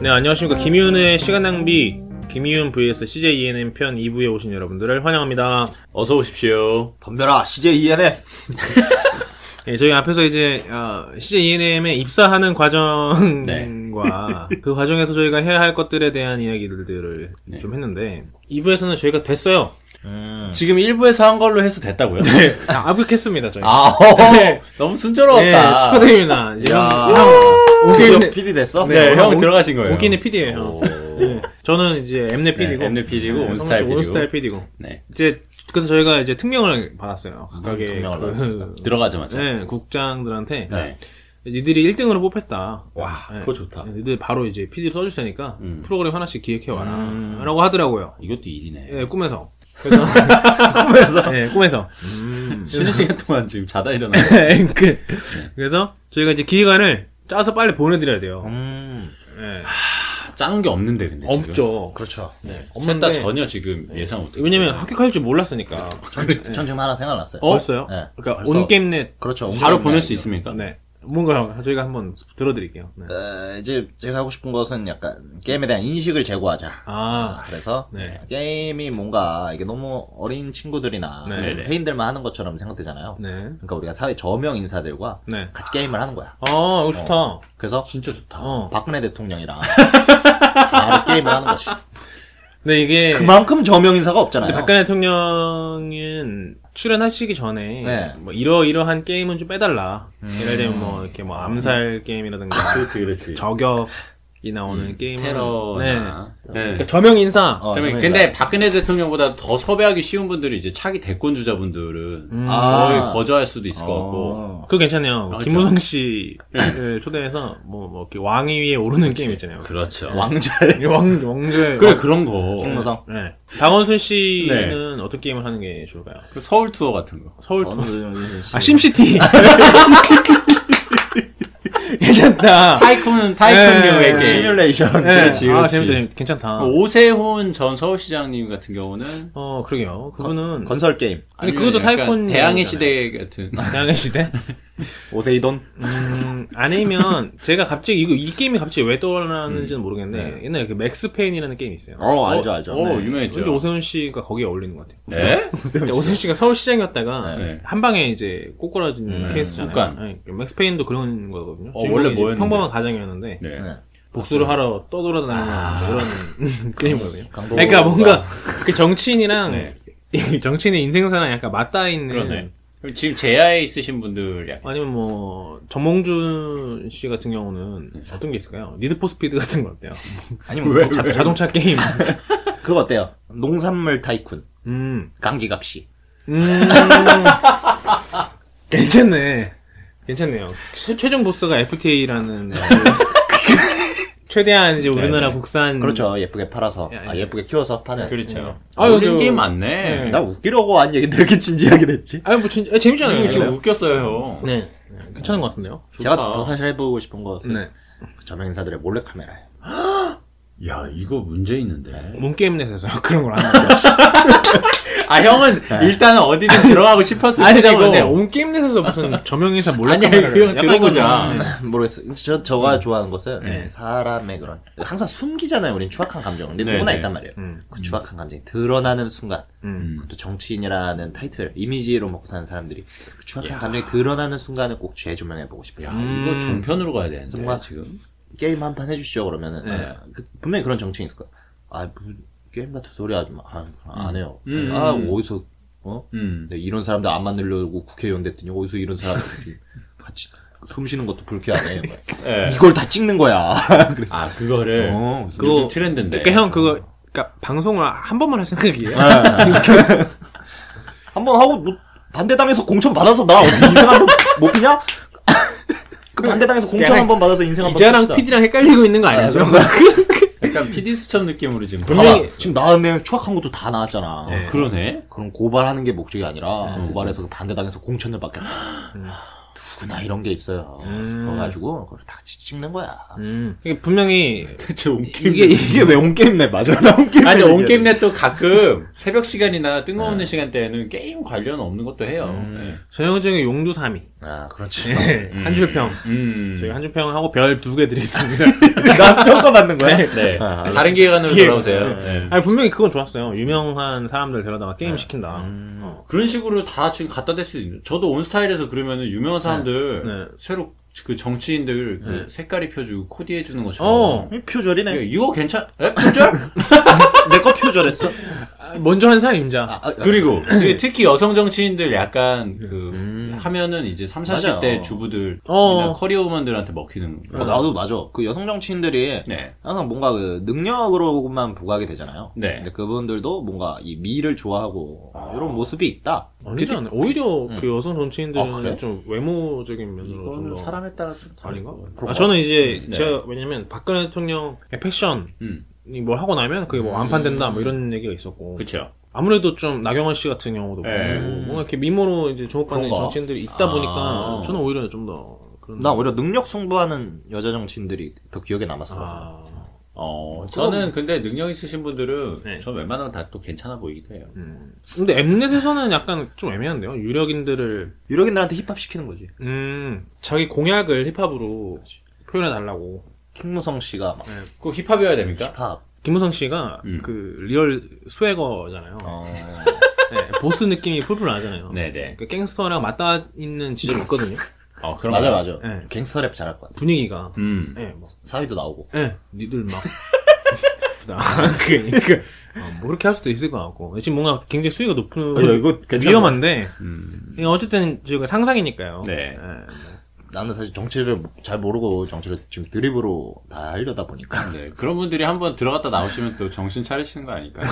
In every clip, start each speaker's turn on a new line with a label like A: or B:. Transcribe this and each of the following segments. A: 네 안녕하십니까 김희훈의 시간 낭비 김희훈 vs CJ ENM 편 2부에 오신 여러분들을 환영합니다.
B: 어서 오십시오.
C: 덤벼라 E CJ ENF
A: 예, 저희 앞에서 이제 어, CJ ENM에 입사하는
B: 네.
A: 과정과 그 과정에서 저희가 해야 할 것들에 대한 이야기들을
B: 네.
A: 좀 했는데 2부에서는 저희가 됐어요.
B: 음. 지금 1부에서 한 걸로 해서 됐다고요?
A: 네, 아, 합격했습니다 저희.
B: 아, 어,
A: 네.
B: 너무
A: 네,
B: 순조로웠다.
A: 축하드립니다. 이제
C: 야
A: 형-
C: 드디어
A: 웃기는-
C: 음. PD 됐어?
B: 네,
A: 오-
B: 형 들어가신 거예요.
A: 웃기는 PD예요. 네,
B: 오.
A: 저는 이제 엠넷 PD고,
B: 네, 엠넷 PD 고 온스타일 PD 고.
A: 온스타일 PD고.
B: 네,
A: 이제 그래서 저희가 이제 특명을 받았어요. 각각의
B: 투명을
A: 그-
B: 받았습니다. 들어가자마자. 네.
A: 네, 국장들한테 니들이 1등으로 뽑혔다.
B: 와,
A: 네.
B: 그거 좋다.
A: 네, 니들 바로 이제 PD를 써줄 테니까
B: 아. 음.
A: 프로그램 하나씩 기획해와라.
B: 음.
A: 라고 하더라고요.
B: 이것도 일이네.
A: 예, 꿈에서. 그래서,
B: 그래서
A: 예, 꿈에서. 음. 네.
B: 쉬는 시간 동안 지금 자다 일어나.
A: 그-
B: 네.
A: 그래서 저희가 이제 기획안을 짜서 빨리 보내드려야 돼요.
C: 음
A: 예.
B: 짜는 게 없는데 근데 아, 지금.
A: 없죠.
C: 그렇죠 네.
A: 네,
B: 셋다
A: 없는데.
B: 전혀 지금 예상 못해.
A: 왜냐면 합격할 줄 몰랐으니까.
C: 전 지금 하나 생각났어요
B: 네. 어?
A: 벌써요?
C: 네.
A: 그러니까
B: 벌써.
A: 온게임넷.
C: 그렇죠
B: 바로
C: 옮기는
B: 보낼
C: 게
B: 수 있습니까?
A: 네. 뭔가 저희가 한번 들어드릴게요. 네.
C: 아니죠. 에, 이제 제가 하고 싶은 것은 약간 게임에 대한 인식을 제고하자
A: 아,
C: 그래서
A: 네.
C: 게임이 뭔가 이게 너무 어린 친구들이나
A: 네.
C: 그런 회인들만 하는 것처럼 생각되잖아요
A: 네.
C: 그러니까 우리가 사회 저명 인사들과
A: 네.
C: 같이 게임을 하는 거야
A: 아, 이거 좋다.
B: 어.
C: 그래서
B: 진짜 좋다.
A: 어.
C: 박근혜 대통령이랑 바로 게임을 하는 것이
A: 근데
B: 네.
A: 이게.
C: 그만큼 저명 인사가 없잖아요
A: 근데 박근혜 대통령은 출연하시기 전에
C: 네.
A: 뭐 이러이러한 게임은 좀 빼달라.
B: 음.
A: 예를 들면 뭐 이렇게 뭐 암살 게임이라든가
B: 그렇지, 그렇지.
A: 저격이 나오는 게임은
B: 음, 테러나. 네.
A: 그러니까 저명 인사.
C: 어,
B: 그러면
C: 저명
B: 근데
C: 인사.
B: 박근혜 대통령보다 더 섭외하기 쉬운 분들이 이제 차기 대권 주자분들은
C: 아.
B: 거의 거절할 수도 있을 것 같고.
C: 어.
A: 그거 괜찮아요.
B: 아,
A: 김무성 씨를 초대해서 뭐, 뭐 이렇게 왕위 위에 오르는 게임 있잖아요.
B: 그렇죠.
C: 왕자의
A: 이게 왕 왕조의
B: 그래
A: 왕-
B: 그런 거.
C: 김무성
A: 네. 강원순 씨는
B: 네.
A: 어떤 게임을 하는 게 좋을까요?
B: 그 서울 투어 같은 거.
A: 서울 투
C: 아,
A: 아
B: 네.
A: 심시티. 괜찮다.
B: 타이쿤 타이쿤
A: 네.
B: 류의
A: 네.
B: 게임.
C: 시뮬레이션.
A: 네.
B: 그렇지,
A: 아,
B: 그렇지.
A: 재밌다, 재밌다. 괜찮다.
B: 오세훈 전 서울시장님 같은 경우는
A: 어, 그러게요. 그분은.
C: 건설 게임.
A: 근데
B: 아니면
A: 그것도
B: 약간
A: 타이쿤
B: 대항해
A: 류잖아요.
B: 시대 같은.
A: 양의 시대?
C: 오세이돈.
A: 음, 아니면, 제가 갑자기, 이거, 이 게임이 갑자기 왜 떠올랐는지는 모르겠는데, 옛날에 그 맥스페인이라는 게임이 있어요.
C: 어, 알죠, 알죠.
B: 음. 네. 어,
C: 네.
A: 왠지
B: 유명했죠.
A: 오세훈 씨가 거기에 어울리는 것 같아요.
B: 네?
A: 근데 오세훈 씨가 서울시장이었다가,
B: 네.
A: 한 방에 이제 꼬꾸라지는 케이스잖아요.
B: 국간.
A: 네, 맥스페인도 그런 거거든요.
B: 어,
A: 주인공이
B: 원래
A: 이제
B: 뭐였는데?
A: 평범한 가정이었는데,
B: 네.
C: 네.
A: 복수를 하러 떠돌아다니는 그런 게임이거든요.
C: 강도-
A: 그러니까 뭔가, 그 정치인이랑,
B: 뭐 네.
A: 이 정치인의 인생사랑 약간 맞닿아 있는
B: 그러네. 그럼 지금 제야에 있으신 분들 약간
A: 아니면 뭐 정몽준 씨 같은 경우는
B: 네.
A: 어떤 게 있을까요? 니드포 스피드 같은 거 어때요?
C: 아니면
B: 왜?
C: 뭐 자-
A: 자, 자동차 게임.
C: 그거 어때요? 농산물 타이쿤.
A: 음.
C: 감기갑시.
A: 음. 괜찮네. 괜찮네요. 최, 최종 보스가 FTA라는 최대한 이제 우리나라
B: 네.
A: 국산
C: 그렇죠. 예쁘게 팔아서.
A: 예,
C: 아, 예쁘게 키워서 파는.
B: 그렇죠.
A: 아,
B: 아, 이런
A: 그-
B: 게임 많네.
A: 네.
C: 나 웃기려고 한 얘기인데 왜 이렇게 진지하게 됐지?
A: 아니 뭐 진짜 재밌잖아요.
B: 이거 지금
A: 네.
B: 웃겼어요.
A: 네. 네. 괜찮은 것 같은데요.
C: 제가 더 사실 해보고 싶은 것은
A: 네.
C: 저명인사들의 몰래카메라.
B: 야, 이거 문제
A: 음.
B: 있는데.
A: 문게임넷에서 그런 걸안 하요
B: 아, 형은
A: 네.
B: 일단은 어디든 들어가고 싶었을
A: 아니
B: 뿐이고.
A: 잠깐만. 온게임넷에서 무슨 저명인사 몰래
B: 아니,
A: 카메라를
B: 그건
A: 약간
B: 들어보자.
A: 이거는-
C: 모르겠어요. 저, 저가 좋아하는 것은
A: 네.
C: 사람의 그런. 항상 숨기잖아요. 우린 추악한 감정을. 근데
B: 네,
C: 누구나
B: 네.
C: 있단 말이에요.
A: 음.
C: 그 추악한 감정이 드러나는 순간.
A: 음.
C: 또 정치인이라는 타이틀, 이미지로 먹고 사는 사람들이 그 추악한 감정이 드러나는 순간을 꼭 재조명해보고 싶어요.
B: 야,
A: 음.
B: 이거 종편으로 가야 되는데,
C: 정말.
B: 지금.
C: 게임 한 판 해주시죠 그러면은
A: 네.
C: 아, 그- 분명히 그런 정치인 있을 거야 아 뭐, 게임 같은 소리 하지 마안 해요
B: 음.
C: 아 어디서 어
B: 음.
C: 네, 이런 사람들 안 만들려고 국회의원 됐더니 어디서 이런 사람들이 같이 숨 쉬는 것도 불쾌하네 막.
B: 예.
C: 이걸 다 찍는 거야 그래서
B: 아, 그거를.
C: 어,
B: 그거
A: 그거-
B: 요즘 트렌드인데.
A: 그러니까 형 그거 그러니까 방송을 한 번만 할 생각이에요.
C: 한번 하고 뭐, 반대당에서 공천 받아서 나 어떻게 인생 한번못 피냐 그 반대당에서 공천
A: 그냥
C: 한 번 받아서 인생 한번
A: 기자랑 PD랑 헷갈리고 있는 거 아니야? 저?
B: 약간 PD 수첩 느낌으로 지금.
C: 분명히 예.
B: 봐봐.
C: 아, 지금 나는 추악한 것도 다 나왔잖아
A: 네.
B: 그러네.
C: 예. 그럼 고발하는 게 목적이 아니라 고발해서 그 반대당에서 공천을 받겠다. 누구나 이런 게 있어요.
A: 음.
C: 그래 가지고 그걸 다 찍- 찍는 거야.
A: 음. 이게 분명히
B: 대체 온
A: 이게
C: 이게 왜 온게임네 맞아 나 온게임
B: 아니 온게임넷 또 가끔 새벽 시간이나 뜬금없는 시간대에는 게임 관련 없는 것도 해요. 네.
A: 전형적인 용두 3위.
C: 아 그렇지
A: 네.
B: 음.
A: 한줄평.
B: 음.
A: 저희 한줄평하고 별 두 개 드리겠습니다.
C: 나 평가받는 거야
B: 네.
C: 아,
B: 다른 기획안으로
A: 기획.
B: 돌아오세요. 네.
A: 아니, 분명히 그건 좋았어요. 유명한 사람들 데려다가 게임 시킨다. 어.
B: 그런 식으로 다 지금 갖다 댈 수 있는. 저도 온스타일에서 그러면은 유명한 사람들
A: 네.
B: 새로 그 정치인들 그
A: 네.
B: 색깔이 펴주고 코디해 주는 것처럼.
A: 어.
B: 야,
C: 표절이네
B: 이거 괜찮? 에? 표절?
C: 내 거 표절했어
A: 아, 먼저 한 사람 임자.
C: 아.
B: 아, 그리고 이게 특히 여성 정치인들 약간 그
C: 음.
B: 하면은 이제 3,
C: 맞아요.
B: 40대 주부들
A: 어.
B: 커리어 우먼들한테 먹히는
C: 어, 나도 맞아 그 여성 정치인들이
B: 네.
C: 항상 뭔가 그 능력으로만 부각이 되잖아요
B: 네.
C: 근데 그분들도 뭔가 이 미를 좋아하고 이런 모습이 있다
A: 아니지 않아요? 오히려 그 여성
C: 아,
A: 정치인들은
C: 그래?
A: 좀 외모적인 면으로 좀
B: 이거는
A: 더
B: 사람에 따라 좀
A: 아닌가?
C: 그런가?
A: 아, 저는 이제
B: 네.
A: 제가 왜냐면 박근혜 대통령의 패션이
B: 음.
A: 뭐 하고 나면 그게
C: 음.
A: 뭐 안판된다 뭐 이런 얘기가 있었고
B: 그렇죠.
A: 아무래도 좀 나경원 씨 같은 경우도
B: 예.
A: 그렇고 뭔가 이렇게 미모로 이제 주목받는
C: 그런가?
A: 정치인들이 있다
C: 아.
A: 보니까 저는 오히려 좀 더 그런
C: 나 오히려 능력 승부하는 여자 정치인들이 더 기억에 남았어
A: 아.
B: 어, 저는 근데 능력 있으신 분들은
A: 네.
B: 전 웬만하면 다 또 괜찮아 보이기도 해요.
A: 음. 근데 엠넷에서는 약간 좀 애매한데요. 유력인들을
C: 유력인들한테 힙합 시키는 거지
A: 음, 자기 공약을 힙합으로 표현해 달라고.
C: 킹무성 씨가 막
B: 그 힙합이어야 됩니까?
C: 힙합
A: 김무성 씨가
B: 음.
A: 그 리얼 스웨거잖아요.
C: 어...
A: 네, 보스 느낌이 풀풀 나잖아요.
B: 네네.
A: 그 갱스터랑 맞닿아 있는 지점이 있거든요.
B: 어, 그럼
C: 맞아 맞아
A: 네.
C: 갱스터 랩 잘할 것 같아
A: 분위기가.
B: 음.
A: 예, 뭐.
C: 사위도 나오고
A: 예, 니들 막. 그니까. 어, 뭐, 그렇게 할 수도 있을 것 같고. 지금 뭔가 굉장히 수위가 높은.
C: 야, 이거 괜찮아.
A: 위험한데.
B: 음.
A: 이거 어쨌든, 저희가 상상이니까요.
B: 네.
A: 예, 뭐.
C: 나는 사실 정치를 잘 모르고 정치를 지금 드립으로 다 하려다 보니까
B: 네. 그런 분들이 한번 들어갔다 나오시면 또 정신 차리시는 거 아닐까요?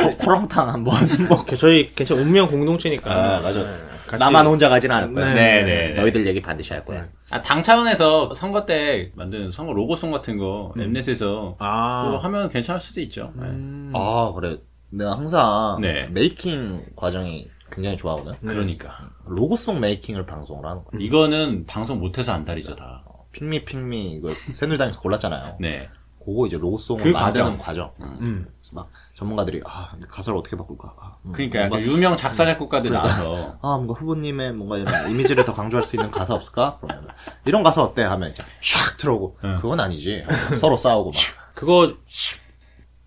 C: 코- 코렁탕 한번 먹
A: 그 저희 괜찮 운명 공동체니까.
C: 아, 맞아.
A: 예, 같이-
C: 나만 혼자 가진 않을 거야.
A: 네,
B: 네, 네.
C: 너희들 얘기 반드시 할 거야.
B: 아, 당 차원에서 선거 때 만든 선거 로고송 같은 거 엠넷에서 또
A: 아.
B: 하면 괜찮을 수도 있죠. 네.
A: 음.
C: 아 그래. 내가 항상
B: 네.
C: 메이킹 과정이 굉장히 좋아하거든.
B: 그러니까
C: 로고송 메이킹을 방송을 하는
B: 음.
C: 거야.
B: 이거는 방송 못해서 안달이죠 다.
C: 핑미 핑미 이걸 새누리당에서 골랐잖아요.
B: 네.
C: 그거 이제 로고송을
B: 그
C: 만드는 과정.
A: 음.
C: 그래서 막 전문가들이 아 가사를 어떻게 바꿀까. 아, 음,
B: 그러니까 약간
C: 뭔가,
B: 유명 작사 작곡가들 나와서
C: 아 뭔가 후보님의 뭔가 이런 이미지를 더 강조할 수 있는 가사 없을까? 그러면 이런 가사 어때? 하면 이제 샥 들어오고 그건 아니지. 하고 서로 싸우고 막.
A: 그거,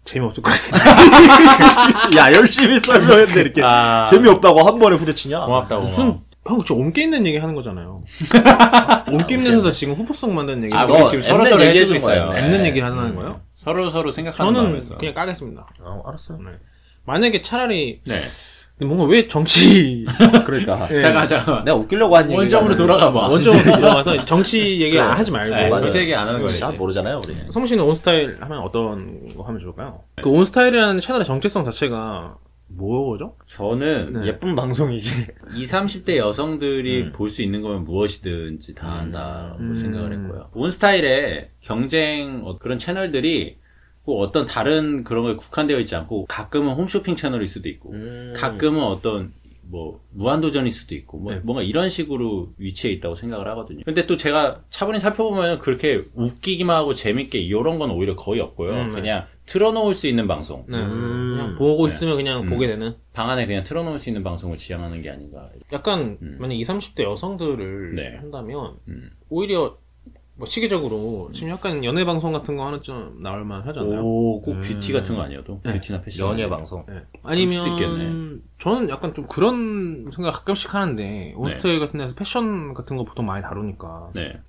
A: 재미없을 것 같은데.
C: 야 열심히 설명했는데 이렇게
B: 아.
C: 재미없다고 한 번에 후려치냐?
B: 고맙다고.
A: 무슨, 어. 형, 저 온게 있는 얘기 하는 거잖아요. 온게
C: 아,
A: 있는 에서 지금 후보송 만드는 얘기.
B: 아,
C: 너
B: 우리 지금 서로 서로
C: 어, 엠넷
B: 해주고
C: 얘기해준
B: 있어요. 네.
C: 거예요.
A: 없는 얘기를
C: 음.
A: 하는 거예요?
B: 서로 서로 생각하는
A: 저는
B: 마음에서.
A: 그냥 까겠습니다.
C: 어, 알았어.
A: 네. 만약에 차라리
B: 네.
A: 근데 뭔가 왜 정치
C: 그러니까
A: 예,
B: 잠깐 잠깐.
C: 내가 웃기려고 한 얘기
B: 원점으로 돌아가 봐.
A: 원점으로 들어가서 정치 얘기
C: 그래.
A: 하지 말고
B: 네,
A: 맞아요.
B: 정치 얘기 안 하는 거예요,
C: 잘
B: 이제.
C: 모르잖아요 우리.
A: 성우 씨는 온스타일 하면 어떤 거 하면 좋을까요? 그 온스타일이라는 채널의 정체성 자체가 뭐죠?
B: 저는
A: 네.
C: 예쁜 방송이지.
B: 20, 30대 여성들이 볼 수 있는 거면 무엇이든지 다 한다고
A: 음.
B: 생각을 했고요. 온스타일의 경쟁 어, 그런 채널들이 뭐 어떤 다른 그런 거에 국한되어 있지 않고 가끔은 홈쇼핑 채널일 수도
C: 음.
B: 있고 음. 가끔은 어떤 뭐 무한도전일 수도 있고 뭐
A: 네.
B: 뭔가 이런 식으로 위치해 있다고 생각을 하거든요. 근데 또 제가 차분히 살펴보면 그렇게 웃기기만 하고 재밌게 이런 건 오히려 거의 없고요.
A: 음, 네.
B: 그냥 틀어놓을 수 있는 방송.
A: 네.
C: 음.
A: 그냥 보고 있으면 그냥
B: 음.
A: 보게 되는
B: 방 안에 그냥 틀어놓을 수 있는 방송을 지향하는 게 아닌가.
A: 약간
B: 음.
A: 만약 20, 30대 여성들을
B: 네.
A: 한다면
B: 음.
A: 오히려 뭐 시기적으로 지금 약간 연애 방송 같은 거 하나 좀 나올 만 하지 않나요?
B: 오,
A: 음.
B: 꼭 뷰티 같은 거 아니어도
A: 네.
B: 뷰티나 패션.
C: 연예 방송.
A: 예.
B: 수도
A: 아니면
B: 있겠네.
A: 저는 약간 좀 그런 생각 가끔씩 하는데 온스타일 같은 데서 패션 같은 거 보통 많이 다루니까
B: 네,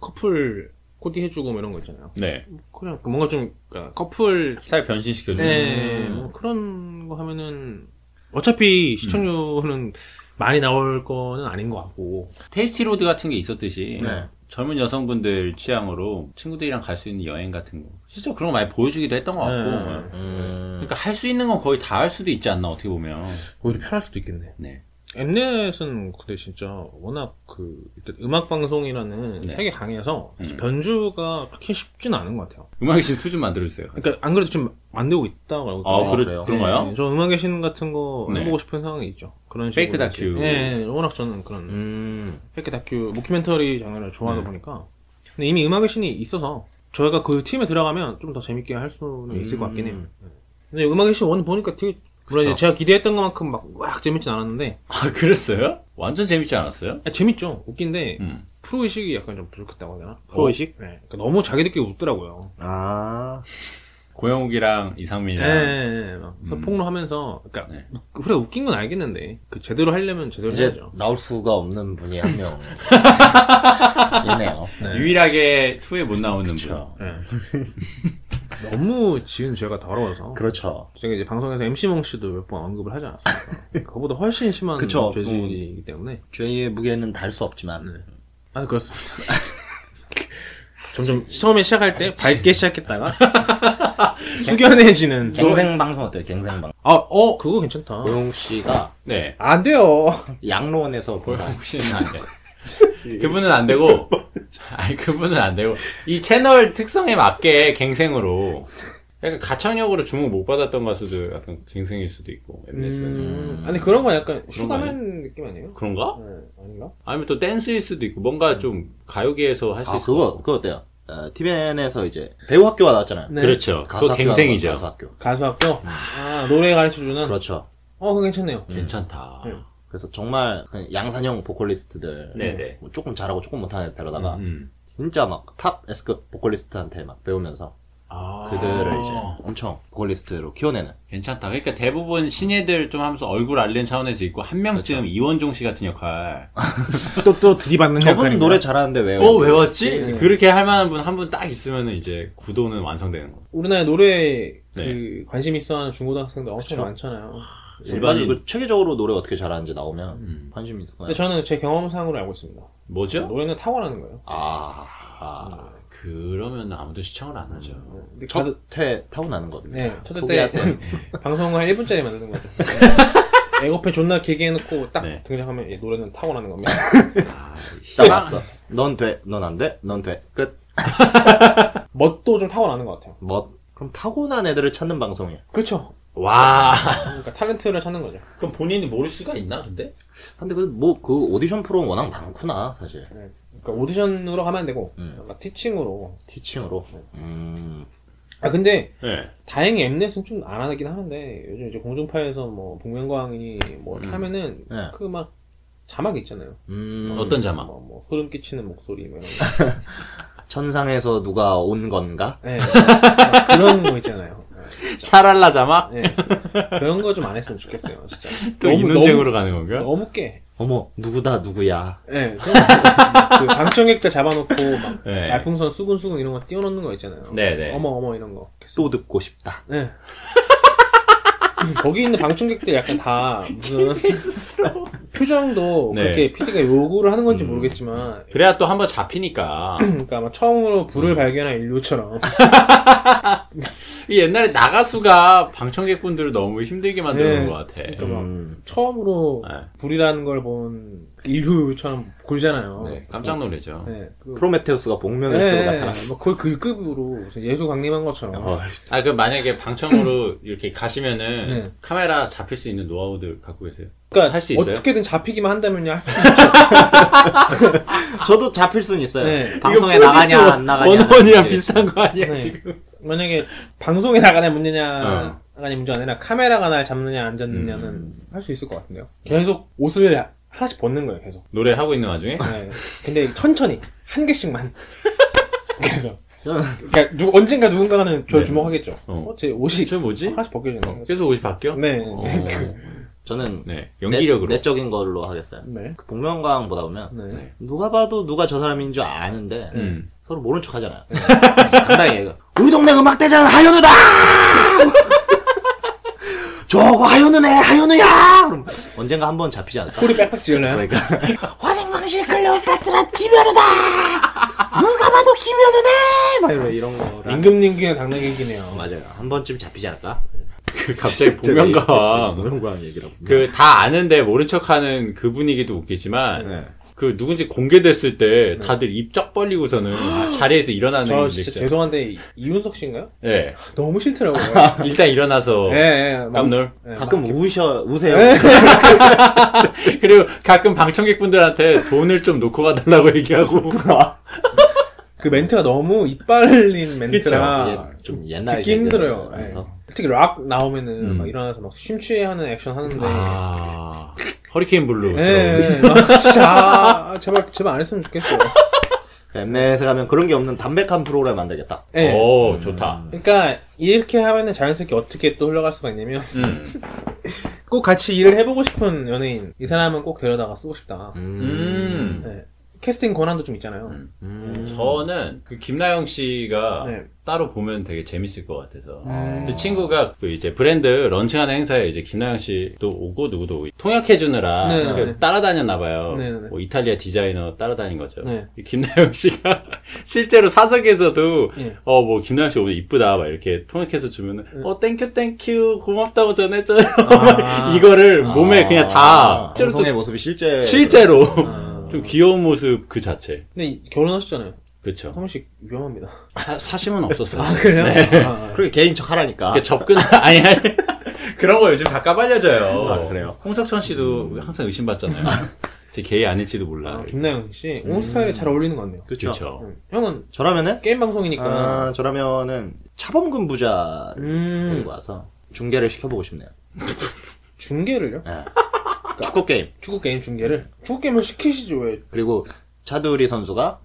A: 커플 코디 해주고 뭐 이런 거 있잖아요.
B: 네.
A: 그냥 그 뭔가 좀 그러니까 커플
B: 스타일 변신시켜주는. 음.
A: 네, 뭐 그런 거 하면은 어차피 시청률은 많이 나올 거는 아닌 것 같고
B: 테이스티 로드 같은 게 있었듯이
A: 네.
B: 젊은 여성분들 취향으로 친구들이랑 갈 수 있는 여행 같은 거. 실제 로 그런 거 많이 보여주기도 했던 것 같고.
A: 네.
C: 음.
B: 그러니까 할 수 있는 건 거의 다 할 수도 있지 않나 어떻게 보면.
A: 오히려 편할 수도 있겠네.
B: 네.
A: 엠넷은 근데 진짜 워낙 그 일단 음악 방송이라는
B: 네.
A: 색이 강해서
B: 음.
A: 변주가 그렇게 쉽진 않은 것 같아요.
B: 음악의 신 2좀 만들어주세요.
A: 그러니까 안 그래도 지금 만들고 있다고 알고
B: 아,
A: 있거든요.
B: 그래,
C: 그래요?
B: 그런가요?
A: 네, 저 음악의 신 같은 거
B: 네.
A: 해보고 싶은 상황이 있죠. 그런
B: 페이크
A: 식으로 이제.
B: 다큐.
A: 네, 네, 워낙 저는 그런
C: 음.
A: 페이크 다큐, 모큐멘터리 장르를 좋아하다
B: 네.
A: 보니까. 근데 이미 음악의 신이 있어서 저희가 그 팀에 들어가면 좀 더 재밌게 할 수는 있을 것 같긴 해요. 네.
C: 음.
A: 근데 음악의 신 원 보니까 되게 물론
C: 그쵸.
A: 이제 제가 기대했던 것만큼 막 와 재밌진 않았는데
B: 아, 그랬어요? 완전 재밌지 않았어요?
A: 아, 재밌죠. 웃긴데
B: 음.
A: 프로 의식이 약간 좀 부족했다고 해야 되나?
C: 프로의식?
A: 네, 그러니까 너무 자기들끼리 웃더라고요.
C: 아.
B: 고영욱이랑
A: 예,
B: 이상민이랑.
A: 예, 예. 막
B: 음.
A: 서폭로하면서 그러니까
B: 네.
A: 그 그래 웃긴 건 알겠는데 그 제대로 하려면 제대로
C: 이제
A: 해야죠.
C: 나올 수가 없는 분이 한 명. 이네요.
A: 네.
B: 유일하게 2에 못 나오는
C: 그쵸.
A: 예. 너무 지은 죄가 더러워서
C: 그렇죠.
A: 제가 이제 방송에서 MC 몽 씨도 몇 번 언급을 하지 않았습니까? 그거보다 훨씬 심한
C: 그쵸.
A: 죄질이기 때문에
C: 죄의 무게는 달 수 없지만.
A: 아 그렇습니다. 점점 처음에 시작할 때 밝게 시작했다가 숙연해지는
C: 갱생 뭐? 방송 어때요? 갱생 방송.
A: 아, 어, 그거 괜찮다.
C: 고용 씨가
B: 분. 네.
A: 안 돼요.
C: 양로원에서 본
B: 고영욱 씨는 안 돼. 그분은 안 되고, 아니, 그분은 안 되고, 이 채널 특성에 맞게 갱생으로, 약간 가창력으로 주목 못 받았던 가수들 약간 갱생일 수도 있고, MS는.
A: 음, 아니, 그런 건 약간
B: 거
A: 슈가맨 느낌 아니에요?
B: 그런가?
A: 네, 아닌가?
B: 아니면 또 댄스일 수도 있고, 뭔가 좀 가요계에서 할 수
C: 아
B: 있을 것
C: 그거
B: 같고.
C: 그거 어때요? 어, TVN에서 이제 배우 학교가 나왔잖아요.
A: 네.
B: 그렇죠.
C: 가수
B: 그거
C: 학교
B: 갱생이죠.
C: 가수 학교.
A: 가수학교? 아, 노래 가르쳐주는?
C: 그렇죠.
A: 어, 그거 괜찮네요.
B: 괜찮다.
A: 음.
C: 그래서 정말 그냥 양산형 보컬리스트들
B: 네네.
C: 뭐 조금 잘하고 조금 못하는 애
A: 아.
C: 데려다가
B: 음.
C: 진짜 막 탑 S급 보컬리스트한테 막 배우면서
B: 아.
C: 그들을 이제 엄청 보컬리스트로 키워내는
B: 괜찮다. 그러니까 대부분 신예들 좀 하면서 얼굴 알리는 차원에서 있고, 한 명쯤 이원종 씨 같은 역할.
A: 또, 또 들이받는
C: 저분 노래 잘하는데 왜
B: 어, 아, 외웠지?
A: 네.
B: 그렇게 할 만한 분 한 분 딱 있으면은 이제 구도는 완성되는 거.
A: 우리나라에 노래, 그,
B: 네.
A: 관심 있어 하는 중고등학생들 엄청
C: 그쵸.
A: 많잖아요.
C: 일반인
B: 일반인.
C: 그 체계적으로 노래 어떻게 잘하는지 나오면 관심 있을 거예요.
A: 근데 저는 제 경험상으로 알고 있습니다.
B: 뭐죠?
A: 노래는 탁월하는 거예요.
C: 아, 아.
B: 그러면 아무도 시청을 안 하죠.
A: 근데 가수,
C: 첫회 타고나는 겁니다.
A: 네, 첫째 때
C: 포기하세요.
A: 방송을 한 1분짜리 만드는 거죠. 에고팬 존나 길게 해놓고 딱
B: 네.
A: 등장하면 얘 노래는 탁월하는 겁니다.
B: 아,
C: 딱 왔어. 넌 돼, 넌 안 돼, 넌 돼. 끝.
A: 멋도 좀 탁월하는 것 같아요.
C: 뭐 그럼 타고난 애들을 찾는 방송이야.
A: 그렇죠.
B: 와.
A: 그러니까 탤런트를 찾는 거죠.
B: 그럼 본인이 모를 수가 있나, 근데?
C: 근데 그뭐그 오디션 프로는 워낙 많구나 사실.
A: 네. 그러니까 오디션으로 가면 안 되고
C: 음.
A: 뭔가 티칭으로.
C: 티칭으로. 음.
A: 아 근데
B: 네.
A: 다행히 엠넷은 좀 안 하긴 하는데 요즘 이제 공중파에서 뭐 복면가왕이 뭐 이렇게
B: 음.
A: 하면은
C: 네.
A: 그 막 자막 있잖아요.
C: 음.
B: 어떤 자막?
A: 뭐, 뭐 소름 끼치는 목소리 뭐 이런 거.
C: 천상에서 누가 온 건가?
A: 네. 막 그런 거 있잖아요. 네.
B: 샤랄라 자막?
A: 네. 그런 거 좀 안 했으면 좋겠어요, 진짜.
B: 또
A: 너무,
B: 이논쟁으로 가는 건가?
A: 너무, 너무 깨.
C: 어머 누구다 누구야?
A: 예. 네, 그 방청객들 잡아놓고 막
B: 네.
A: 알풍선 수근수근 이런 거 띄워놓는 거 있잖아요.
B: 네네.
A: 어머 어머 이런 거.
C: 또 듣고 싶다.
A: 네. 거기 있는 방청객들 약간 다 무슨 표정도
B: 네. 음.
A: 그렇게 PD가 요구를 하는 건지 모르겠지만
B: 그래야 또 한번 잡히니까.
A: 그러니까 막 처음으로 불을 발견한 인류처럼
B: 이 옛날에 나가수가 방청객분들을 너무 힘들게 만드는
A: 네.
B: 것 같아.
A: 그러니까 막
C: 음.
A: 처음으로
B: 네.
A: 불이라는 걸 본 인류처럼 굴잖아요.
B: 네, 깜짝 놀라죠.
A: 네. 그,
C: 프로메테우스가
A: 네,
C: 복면을 쓰고
A: 네,
C: 나타났어.
A: 뭐 거의 그 급으로 무슨 예수 강림한 것처럼.
C: 어이,
B: 아, 그 만약에 방청으로 이렇게 가시면은
A: 네.
B: 카메라 잡힐 수 있는 노하우들 갖고 계세요?
A: 그러니까
B: 할수 있어요?
A: 어떻게든 잡히기만 한다면요. 할수
C: 저도 잡힐 순 있어요.
A: 네.
C: 방송에 나가냐 안 나가냐.
B: 원원이랑 비슷한 거 아니야
A: 네.
B: 예, 지금?
A: 만약에 방송에 나가냐 묻느냐 나가냐 문제 아니라 카메라가 날 잡느냐 안 잡느냐는
B: 음.
A: 할 수 있을 것 같은데요. 계속 옷을 하나씩 벗는 거예요. 계속.
B: 노래 하고 있는 와중에?
A: 네. 근데 천천히 한 개씩만. 그래서
C: 저는
A: 그러니까 누, 언젠가 누군가는 저
B: 네.
A: 주목하겠죠.
B: 어.
A: 어, 제 옷이
B: 저 뭐지?
A: 하나씩 벗겨지는 거예요.
B: 계속 옷이 바뀌어?
A: 네.
B: 어.
C: 저는
B: 네. 연기력으로.
C: 내, 내적인 걸로 하겠어요.
A: 네.
C: 그 복면가왕 보다 보면
A: 네. 네.
C: 누가 봐도 누가 저 사람인 줄 아는데
B: 음. 네.
C: 서로 모른 척 하잖아요. 당당히 얘가 우리 동네 음악대장 하현우다. 저거 하현우네 하현우야. 그럼 언젠가 한 번 잡히지 않을까?
A: 소리 빽빽 지르나요?
C: 그러니까 화생방실 클레오파트라 김현우다. 누가 봐도 김현우네. 막 이런 이런 거.
A: 임금님기나 당나귀기네요.
C: 맞아요. 한 번쯤 잡히지 않을까?
B: 그 갑자기 복면가왕.
C: 무명과학 얘기라고.
B: 그 다 아는데 모른 척하는 그 분위기도 웃기지만
C: 네.
B: 그 누군지 공개됐을 때 다들 입 쩍 벌리고서는 아, 자리에서 일어나는
A: 네. 저
B: 게
A: 진짜
B: 있어요.
A: 죄송한데 이- 이윤석 씨인가요?
B: 예.
A: 아, 너무 싫더라고요.
B: 일단 일어나서
A: 예, 예. 막-
B: 깜놀.
A: 예, 막-
C: 가끔 우셔, 우세요.
A: 네.
B: 그리고 가끔 방청객분들한테 돈을 좀 놓고 가달라고 얘기하고.
A: 아. 그 멘트가 너무 이빨린 멘트라
C: 이게 예, 좀 옛날
A: 아, 듣기 힘들어요. 예.
C: 그래서
A: 특히 락 나오면은
B: 음.
A: 막 일어나서 막 심취해 하는 액션 하는데.
B: 아, 허리케인 블루. 네.
A: 예, 예, 막 진짜 아, 제발 제발 안 했으면 좋겠어요.
C: 그 엠넷에 가면 그런 게 없는 담백한 프로그램 만들겠다.
A: 예.
B: 오, 어, 좋다.
A: 그러니까 이렇게 하면은 자연스럽게 어떻게 또 흘러갈 수가 있냐면
B: 음.
A: 꼭 같이 일을 해보고 싶은 연예인 이 사람은 꼭 데려다가 쓰고 싶다.
B: 음.
A: 네. 캐스팅 권한도 좀 있잖아요.
B: 음.
C: 음.
B: 저는 그 김나영 씨가
A: 네.
B: 따로 보면 되게 재밌을 것 같아서.
A: 음.
B: 그 친구가 그 이제 브랜드 런칭하는 행사에 이제 김나영 씨도 오고 누구도 오고 통역해주느라
A: 네,
B: 그
A: 네.
B: 따라다녔나 봐요.
A: 네, 네, 네.
B: 뭐 이탈리아 디자이너 따라다닌 거죠.
A: 네.
B: 김나영 씨가 실제로 사석에서도
A: 예. 네.
B: 어 뭐 김나영 씨 오늘 이쁘다 막 이렇게 통역해서 주면은 어 땡큐 땡큐 고맙다고 전해줘요.
A: 아.
B: 이거를 몸에 그냥 다 실제로 또
C: 방송의 모습이 실제.
B: 실제로
A: 네. 아.
B: 좀 귀여운 모습 그 자체.
A: 근데 이- 결혼하셨잖아요.
B: 그렇죠.
A: 서문 씨 위험합니다.
B: 사, 사심은 없었어요.
A: 어?
B: 네.
A: 아 그래요? 아,
C: 그렇게 개인 척 하라니까.
B: 그 접근 아니 아니 그런 거 요즘 다 까발려져요.
C: 아, 그래요?
B: 홍석천 씨도 항상 의심받잖아요. 제 게이 아닐지도 몰라.
A: 아, 김나영 씨 옷 스타일에 잘 어울리는 것 같네요.
C: 그렇죠.
B: 그렇죠.
A: 응. 형은
C: 저라면은
A: 게임 방송이니까.
C: 아, 저라면은 차범근 부자를
A: 음.
C: 데리고 와서 중계를 시켜보고 싶네요.
A: 중계를요?
C: 예. 축구 게임
A: 축구 게임 중계를? 축구 게임을 시키시죠 왜?
C: 그리고 차두리 선수가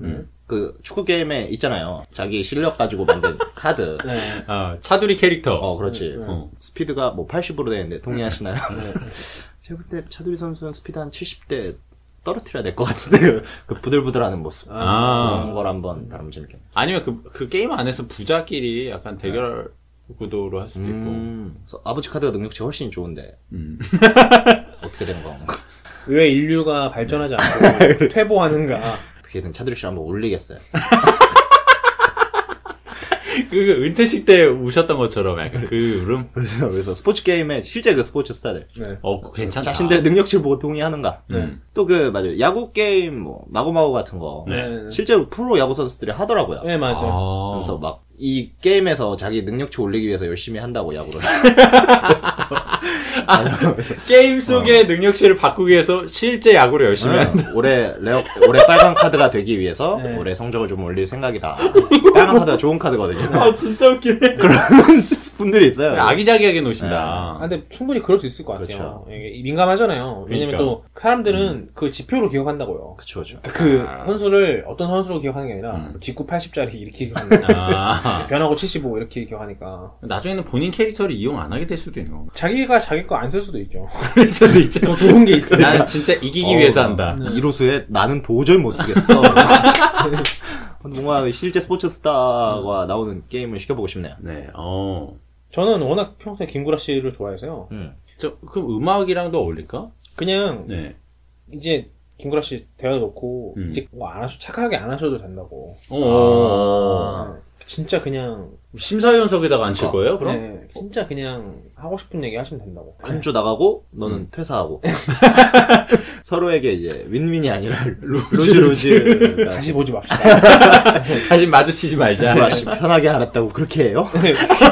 C: 그 축구 게임에 있잖아요. 자기 실력 가지고 만든 카드.
A: 네.
B: 아, 차두리 캐릭터.
C: 어, 그렇지.
B: 음.
C: 스피드가 뭐 80으로 되는데 동의하시나요? 제가 볼 때 차두리 선수는 스피드 한 70대 떨어뜨려야 될 것 같은데 그 부들부들하는 모습
B: 아.
C: 그런 걸 한번 다루면 재밌겠네.
B: 아니면 그, 그 게임 안에서 부자끼리 약간 대결 구도로 할 수도 있고.
C: 음. 그래서 아버지 카드가 능력치가 훨씬 좋은데
B: 음.
C: 어떻게 된 건가?
A: 왜 인류가 발전하지 않고 퇴보하는가?
C: 어떻게든 차두리 씨를 한번 올리겠어요.
B: 그 은퇴식 때 우셨던 것처럼 약간 그 울음.
C: 그래서, 그래서 스포츠 게임에 실제 그 스포츠 스타들
A: 네.
B: 어, 그거 괜찮다.
C: 자신들의 능력치를 보고 동의하는가?
B: 음.
C: 또 그 맞아요 야구 게임 뭐 마구마구 같은 거
B: 네.
A: 네.
C: 실제로 프로 야구 선수들이 하더라고요.
A: 네 맞아. 요
B: 아.
C: 그래서 막 이 게임에서 자기 능력치 올리기 위해서 열심히 한다고 야구를.
B: 아, 게임 속의 능력치를 바꾸기 위해서 실제 야구를 열심히 한
C: 응. 올해 레어, 올해 빨간 카드가 되기 위해서
A: 네.
C: 올해 성적을 좀 올릴 생각이다. 빨간 카드가 좋은 카드거든요.
B: 아, 네, 진짜 웃기네.
C: 그런 분들이 있어요.
B: 아기자기하게
A: 아,
B: 노신다.
A: 근데 충분히 그럴 수 있을 것 같아요. 이게 민감하잖아요. 왜냐면
B: 그러니까.
A: 또 사람들은 그 지표로 기억한다고요.
C: 그쵸, 그쵸.
A: 그
B: 아.
A: 선수를 어떤 선수로 기억하는 게 아니라
B: 음.
A: 직구 80짜리 이렇게 기억합니다.
B: 아.
A: 변하고 75 이렇게 기억하니까
B: 나중에는 본인 캐릭터를 이용 안 하게 될 수도 있는 거.
A: 자기가 자기 거 안 쓸 수도 있죠.
B: 그럴 수도 있죠.
A: 더 좋은 게 있어요.
B: 나는 진짜 이기기
C: 어,
B: 위해서 한다.
C: 이로수에 나는 도저히 못 쓰겠어. 뭔가 실제 스포츠 스타가 나오는 게임을 시켜보고 싶네요.
B: 네, 어.
A: 저는 워낙 평소에 김구라 씨를 좋아해서요.
C: 음.
B: 저, 그럼 음악이랑도 어울릴까?
A: 그냥
B: 네.
A: 이제 김구라 씨 대화놓고
B: 음.
A: 이제 뭐안 하셔 착하게 안 하셔도 된다고. 네.
B: 어.
C: 아.
A: 진짜 그냥
B: 심사위원석에다가 앉힐 거예요, 그럼? 아,
A: 네, 진짜 그냥 하고 싶은 얘기 하시면 된다고.
C: 안주 나가고 너는 퇴사하고 서로에게 이제 윈윈이 아니라 루즈 루즈 그러니까
A: 다시
B: 네.
A: 보지 맙시다.
B: 다시 마주치지 말자.
C: 아, 씨, 편하게 알았다고 그렇게 해요?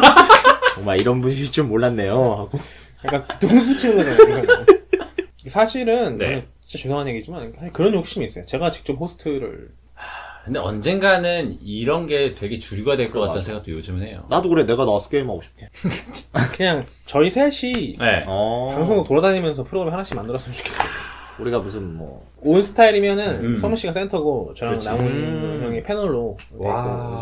C: 정말 이런 분이실 줄 몰랐네요. 하고.
A: 약간 뒤통수 치는 거잖아요. 그런 거. 사실은
B: 네.
A: 저는 진짜 죄송한 얘기지만 사실 그런 욕심이 있어요. 제가 직접 호스트를
B: 근데 언젠가는 이런 게 되게 주류가 될 것 같다는
C: 맞아.
B: 생각도 요즘은 해요.
C: 나도 그래, 내가 나와서 게임하고 싶어.
A: 그냥 저희 셋이
B: 네.
C: 어.
A: 방송국 돌아다니면서 프로그램 하나씩 만들었으면 좋겠어요.
C: 우리가 무슨 뭐.
A: 온 스타일이면은
B: 음.
A: 서문 씨가 센터고 저랑
B: 그렇지.
A: 남은
C: 음.
A: 형이 패널로 돼
C: 와.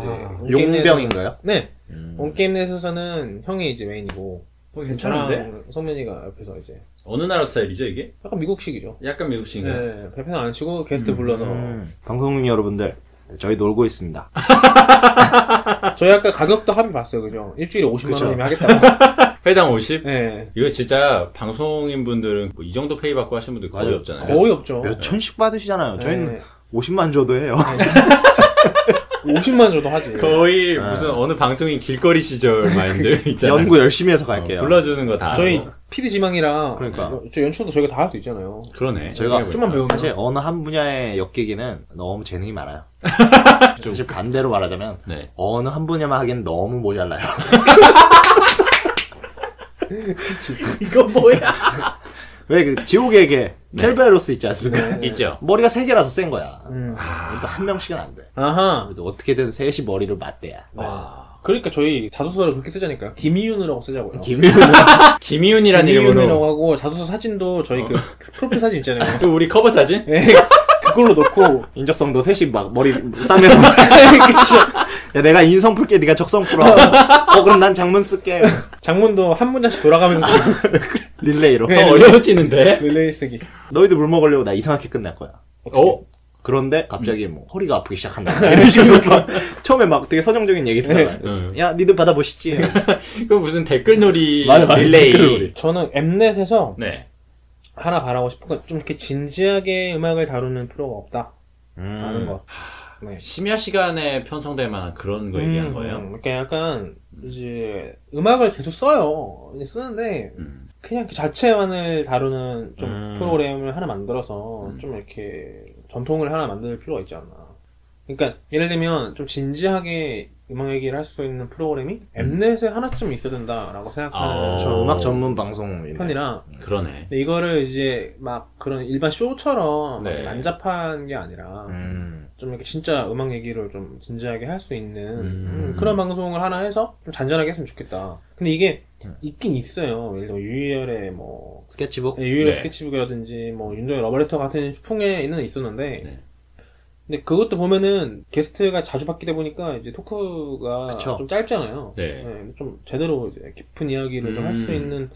A: 있고 이제 온 게임 내에서-
C: 용병인가요?
A: 네.
C: 음.
A: 온 게임 내에서는 형이 이제 메인이고 저랑 성민이가 옆에서 이제
B: 어느 나라 스타일이죠, 이게?
A: 약간 미국식이죠.
B: 약간 미국식인가? 요
A: 네, 배편 안 치고 게스트 불러서
C: 음. 방송국 여러분들, 저희 놀고 있습니다.
A: 저희 아까 가격도 합의 봤어요, 그죠? 일주일에 50만
C: 그죠.
A: 원이면 하겠다고.
B: 회당 50?
A: 네,
B: 이거 진짜 방송인 분들은 뭐이 정도 페이 받고 하신 분들 거의
C: 맞아요.
B: 없잖아요.
A: 어. 거의 없죠.
C: 몇 천씩 받으시잖아요. 저희는
A: 네.
C: 50만 줘도 해요.
A: 50만 줘도 하지.
C: 네. 그
B: 거의 무슨 어느 방송인 길거리 시절 마인드 있잖아요.
C: 연구 열심히 해서
B: 어,
C: 갈게요.
B: 불러주는 거 다.
A: 저희
B: 알고.
A: 피디 지망이랑
C: 아, 뭐. 그러니까.
A: 저 연출도 저희가 다 할 수 있잖아요.
B: 그러네.
C: 저희가
B: 생각해보니까.
A: 좀만 배우면
C: 사실 어느 한 분야의 역기기는 너무 재능이 많아요. 사실 반대로 말하자면
B: 네.
C: 어느 한 분야만 하기엔 너무 모자라요.
B: 이거 뭐야?
C: 왜 그 지옥의 개 켈베로스 있지 않습니까?
B: 네. 있죠.
C: 머리가 세 개라서 센 거야.
A: 음.
B: 아.
C: 그래도 한 명씩은 안 돼.
A: 아하.
C: 그래도 어떻게든 셋이 머리를 맞대야.
A: 그러니까 저희 자소서를 그렇게 쓰자니까요. 김이윤이라고 쓰자고요.
C: 김윤
B: 김이윤이라는
A: 김이윤이라고
B: 이름으로.
A: 하고 자소서 사진도 저희
B: 어.
A: 그 프로필 사진 있잖아요.
B: 또 우리 커버 사진?
A: 예, 그걸로 넣고
C: 인적성도 셋이 막 머리 싸매고 그쵸? 야 내가 인성 풀게 네가 적성 풀어. 어 그럼 난 장문 쓸게.
A: 장문도 한 문장씩 돌아가면서 쓰고
C: 릴레이로.
B: 어, 어려워지는데?
A: 릴레이 쓰기.
C: 너희들 물 먹으려고 나 이상하게 끝날 거야.
B: 어?
C: 그런데 갑자기
A: 음.
C: 뭐 허리가 아프기 시작한다. 이런 식으로 막 처음에 막 되게 서정적인
A: 네.
C: 얘기 쓰다가
B: 응.
C: 야 니들 받아보시지.
B: 이거 무슨 댓글놀이.
C: 맞아, 맞아.
B: 릴레이.
C: 댓글놀이.
A: 저는 엠넷에서
B: 네.
A: 하나 바라고 싶은 건 좀 이렇게 진지하게 음악을 다루는 프로가 없다.
C: 음.
B: 음.
A: 라는 거. 네.
B: 심야 시간에 편성될 만한 그런 거 얘기한 거예요?
A: 그러니까 약간 이제 음악을 계속 써요. 이제 쓰는데
B: 음.
A: 그냥 그 자체만을 다루는 좀
C: 음.
A: 프로그램을 하나 만들어서
B: 음.
A: 좀 이렇게 전통을 하나 만들 필요가 있지 않나. 그러니까 예를 들면 좀 진지하게 음악 얘기를 할 수 있는 프로그램이 엠넷에 하나쯤 있어야 된다라고
B: 음. 아,
A: 생각하는
C: 저 음악 전문 방송인데.
A: 편이라
B: 그러네.
A: 근데 이거를 이제 막 그런 일반 쇼처럼
B: 네.
A: 난잡한 게 아니라
C: 음.
A: 좀 이렇게 진짜 음악 얘기를 좀 진지하게 할 수 있는
B: 음.
A: 음, 그런 방송을 하나 해서 좀 잔잔하게 했으면 좋겠다. 근데 이게
C: 음.
A: 있긴 있어요. 예를 들어 유희열의 뭐
C: 스케치북.
A: 예, 유희열
B: 네.
A: 스케치북이라든지 뭐 윤정의 러브레터 같은 풍에는 있었는데
B: 네.
A: 근데 그것도 보면은 게스트가 자주 바뀌다 보니까 이제 토크가
C: 그쵸.
A: 좀 짧잖아요.
B: 네.
A: 예, 좀 제대로 이제 깊은 이야기를 좀 할 수
B: 음.
A: 있는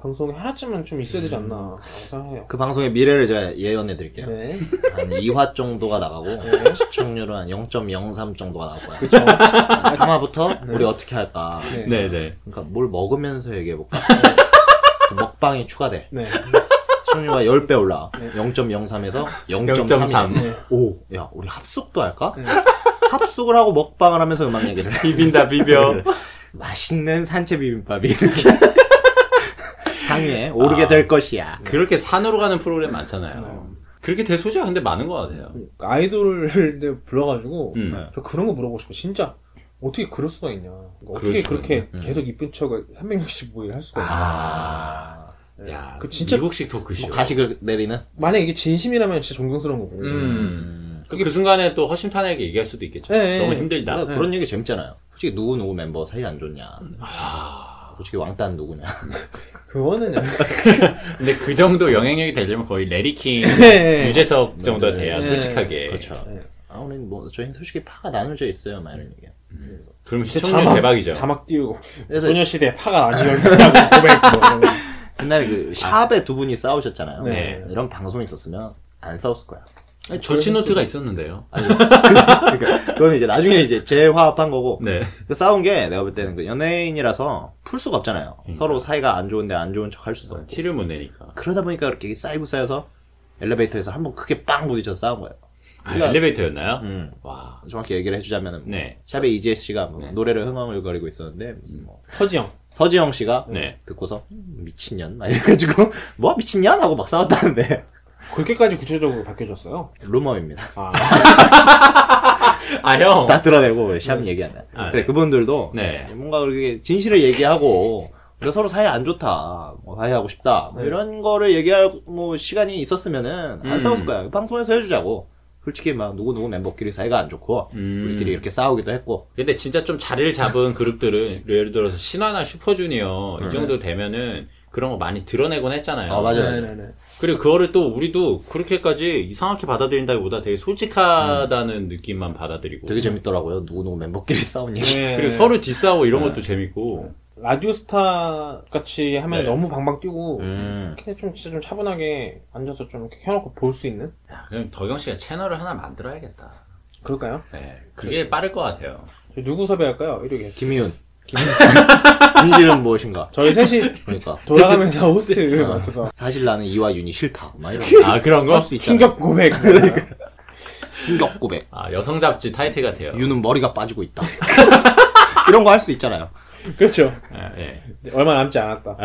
A: 방송이 하나쯤은 좀 있어야 되지 않나 라고 생각해요.
C: 그 방송의 미래를 제가 예언해
B: 아,
C: 드릴게요.
A: 네.
C: 한 2화 정도가 나가고 시청률은 한 0.03 정도가 나올 거야.
A: 그쵸.
C: 3화부터 우리 어떻게 할까?
A: 네.
B: 네네.
C: 그러니까 뭘 먹으면서 얘기해 볼까? 먹방이 추가돼.
A: 네.
C: 시청률가 10배 올라.
A: 네.
C: 0.03에서
B: 0.3.
C: 0.3. 오, 야, 우리 합숙도 할까?
A: 네.
C: 합숙을 하고 먹방을 하면서 음악 얘기를 해.
B: 비빈다, 비벼.
C: 맛있는 산채 비빔밥이 이렇게 상위에 오르게
B: 아.
C: 될 것이야.
B: 그렇게 산으로 가는 프로그램 많잖아요. 그렇게 될 소지가 근데 많은 것 같아요.
A: 아이돌을 불러가지고
B: 음.
C: 네.
A: 저 그런 거 물어보고 싶어. 진짜 어떻게 그럴 수가 있냐. 그러니까
B: 그럴
A: 어떻게
B: 수가
A: 그렇게
B: 있냐. 음.
A: 계속 이쁜 척을 365일 할 수가 있냐.
B: 아. 야,
A: 그 진짜-
B: 미국식 토크쇼.
C: 뭐 가식을 내리는?
A: 만약에 이게 진심이라면 진짜 존경스러운 거고.
B: 음. 그, 그 순간에 또 허심탄회하게 얘기할 수도 있겠죠.
A: 네,
B: 너무
A: 네. 음.
B: 힘들다.
C: 그러니까 그런 얘기 재밌잖아요. 솔직히 누구 누구 멤버 사이 안 좋냐.
A: 아.
C: 솔직히 왕따는 누구냐.
A: 그거는 약간
B: 근데 그 정도 영향력이 되려면 거의 레리킹,
A: 네.
B: 유재석 정도 돼야
A: 네.
B: 솔직하게.
C: 그렇죠.
A: 네.
C: 아, 우리 뭐, 저희는 솔직히 파가 나눠져 있어요. 막 이런 얘기.
B: 그럼 시청률 대박이죠.
A: 자막 띄우고
C: 그래서
A: 소녀시대 파가 아니었다고 고백. 뭐.
C: 옛날에 그
B: 아.
C: 샵에 두 분이 싸우셨잖아요.
A: 네.
C: 이런 방송이 있었으면 안 싸웠을 거야.
B: 아니,
C: 그렇죠.
B: 절친노트가 있었는데요.
C: 아, 그러니까 그건 이제 나중에 이제 재화합한 거고
B: 네.
C: 그 싸운 게 내가 볼 때는 그 연예인이라서 풀 수가 없잖아요.
B: 그러니까.
C: 서로 사이가 안 좋은데 안 좋은 척 할 수도 없고
B: 티를 못 내니까.
C: 그러다 보니까 이렇게 쌓이고 쌓여서 엘리베이터에서 한 번 크게 빵 부딪혀서 싸운 거예요.
B: 아, 엘리베이터였나요?
C: 음.
B: 와.
C: 정확히 얘기를 해주자면은 뭐
B: 네.
C: 샵의 이지혜 씨가 뭐
B: 네.
C: 노래를 흥얼거리고 있었는데 무슨 뭐
A: 서지영.
C: 서지영 씨가
B: 네.
C: 듣고서 음, 미친년 막 이래가지고 뭐 미친년 하고 막 싸웠다는데
A: 그렇게까지 구체적으로 바뀌어졌어요.
C: 루머입니다.
A: 아,
B: 아, 형.
C: 다 드러내고 샵 얘기 안 해.
B: 아,
C: 그래
B: 네.
C: 그분들도
B: 네.
C: 뭔가 그렇게 진실을 얘기하고 우리가 서로 사이 안 좋다, 뭐 사이하고 싶다 뭐
A: 네.
C: 이런 거를 얘기할 뭐 시간이 있었으면은 안
B: 음.
C: 싸웠을 거야. 방송에서 해주자고. 솔직히 막 누구 누구 멤버끼리 사이가 안 좋고
B: 음.
C: 우리끼리 이렇게 싸우기도 했고.
B: 근데 진짜 좀 자리를 잡은 그룹들은 예를 들어서 신화나 슈퍼주니어 이 정도 되면은 그런 거 많이 드러내곤 했잖아요.
C: 아, 맞아요.
A: 네네네.
B: 그리고 그거를 또 우리도 그렇게까지 이상하게 받아들인다기보다 되게 솔직하다는 느낌만 받아들이고
C: 되게 재밌더라고요. 누구 누구 멤버끼리 싸운 얘기.
A: 네.
B: 그리고 서로 디싸고 이런 것도 재밌고
A: 라디오스타 같이 하면
B: 네.
A: 너무 방방 뛰고
C: 음.
A: 그냥 좀 진짜 좀 차분하게 앉아서 좀 이렇게 켜놓고 볼 수 있는
B: 야, 그럼 덕영 씨가 채널을 하나 만들어야겠다.
A: 그럴까요?
B: 네, 그게 빠를 것 같아요.
A: 저희 누구 섭외할까요? 이렇게 해서.
C: 김희윤. 진실은 무엇인가?
A: 저희 셋이
C: 그러니까
A: 돌아가면서 호스트 맡아서
B: 그-
C: 사실 나는 이와 윤이 싫다. 막 이런.
B: 아 그런 거?
A: 네.
C: 할수 있잖아.
A: 충격 고백
C: 충격 고백.
B: 아, 여성 잡지 타이틀 같아요.
C: 유는 머리가 빠지고 있다. 이런 거 할 수 있잖아요.
A: 그렇죠.
B: 아, 예.
A: 얼마 남지 않았다.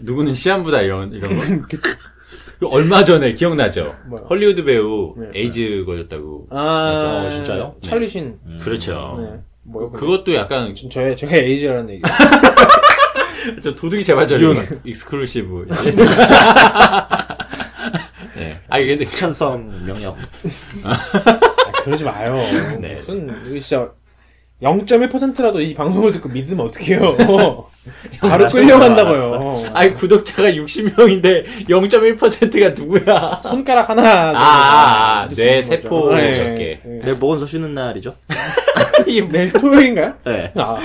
B: 누구는 시한부다 이런 이런 거. 그 얼마 전에 기억나죠?
A: 뭐요?
B: 헐리우드 배우
A: 네.
B: 에이즈 걸렸다고.
A: 아,
C: 어, 진짜요?
A: 찰리 신.
B: 그렇죠.
A: 네. 뭐
B: 그것도 약간
A: 지금 저의 저의 에이지라는 얘기.
B: 저 도둑이 제발 저리 익스클루시브. 네. 아 근데
C: 천성 명령.
A: 아, 그러지 마요.
B: 네.
A: 무슨 이거 진짜 0.1%라도 이 방송을 듣고 믿으면 어떡해요. 바로 끌려간다고요.
B: 아니 구독자가 60명인데 0.1%가 누구야?
A: 손가락 하나.
B: 아,
A: 정도
B: 아,
A: 믿을 수 있는 거죠.
B: 뇌 세포
A: 네,
B: 적게.
A: 네.
C: 내일 보건소 쉬는 날이죠?
B: 이게 뭐-
A: 내일 토요일인가요?
C: 네.
A: 아,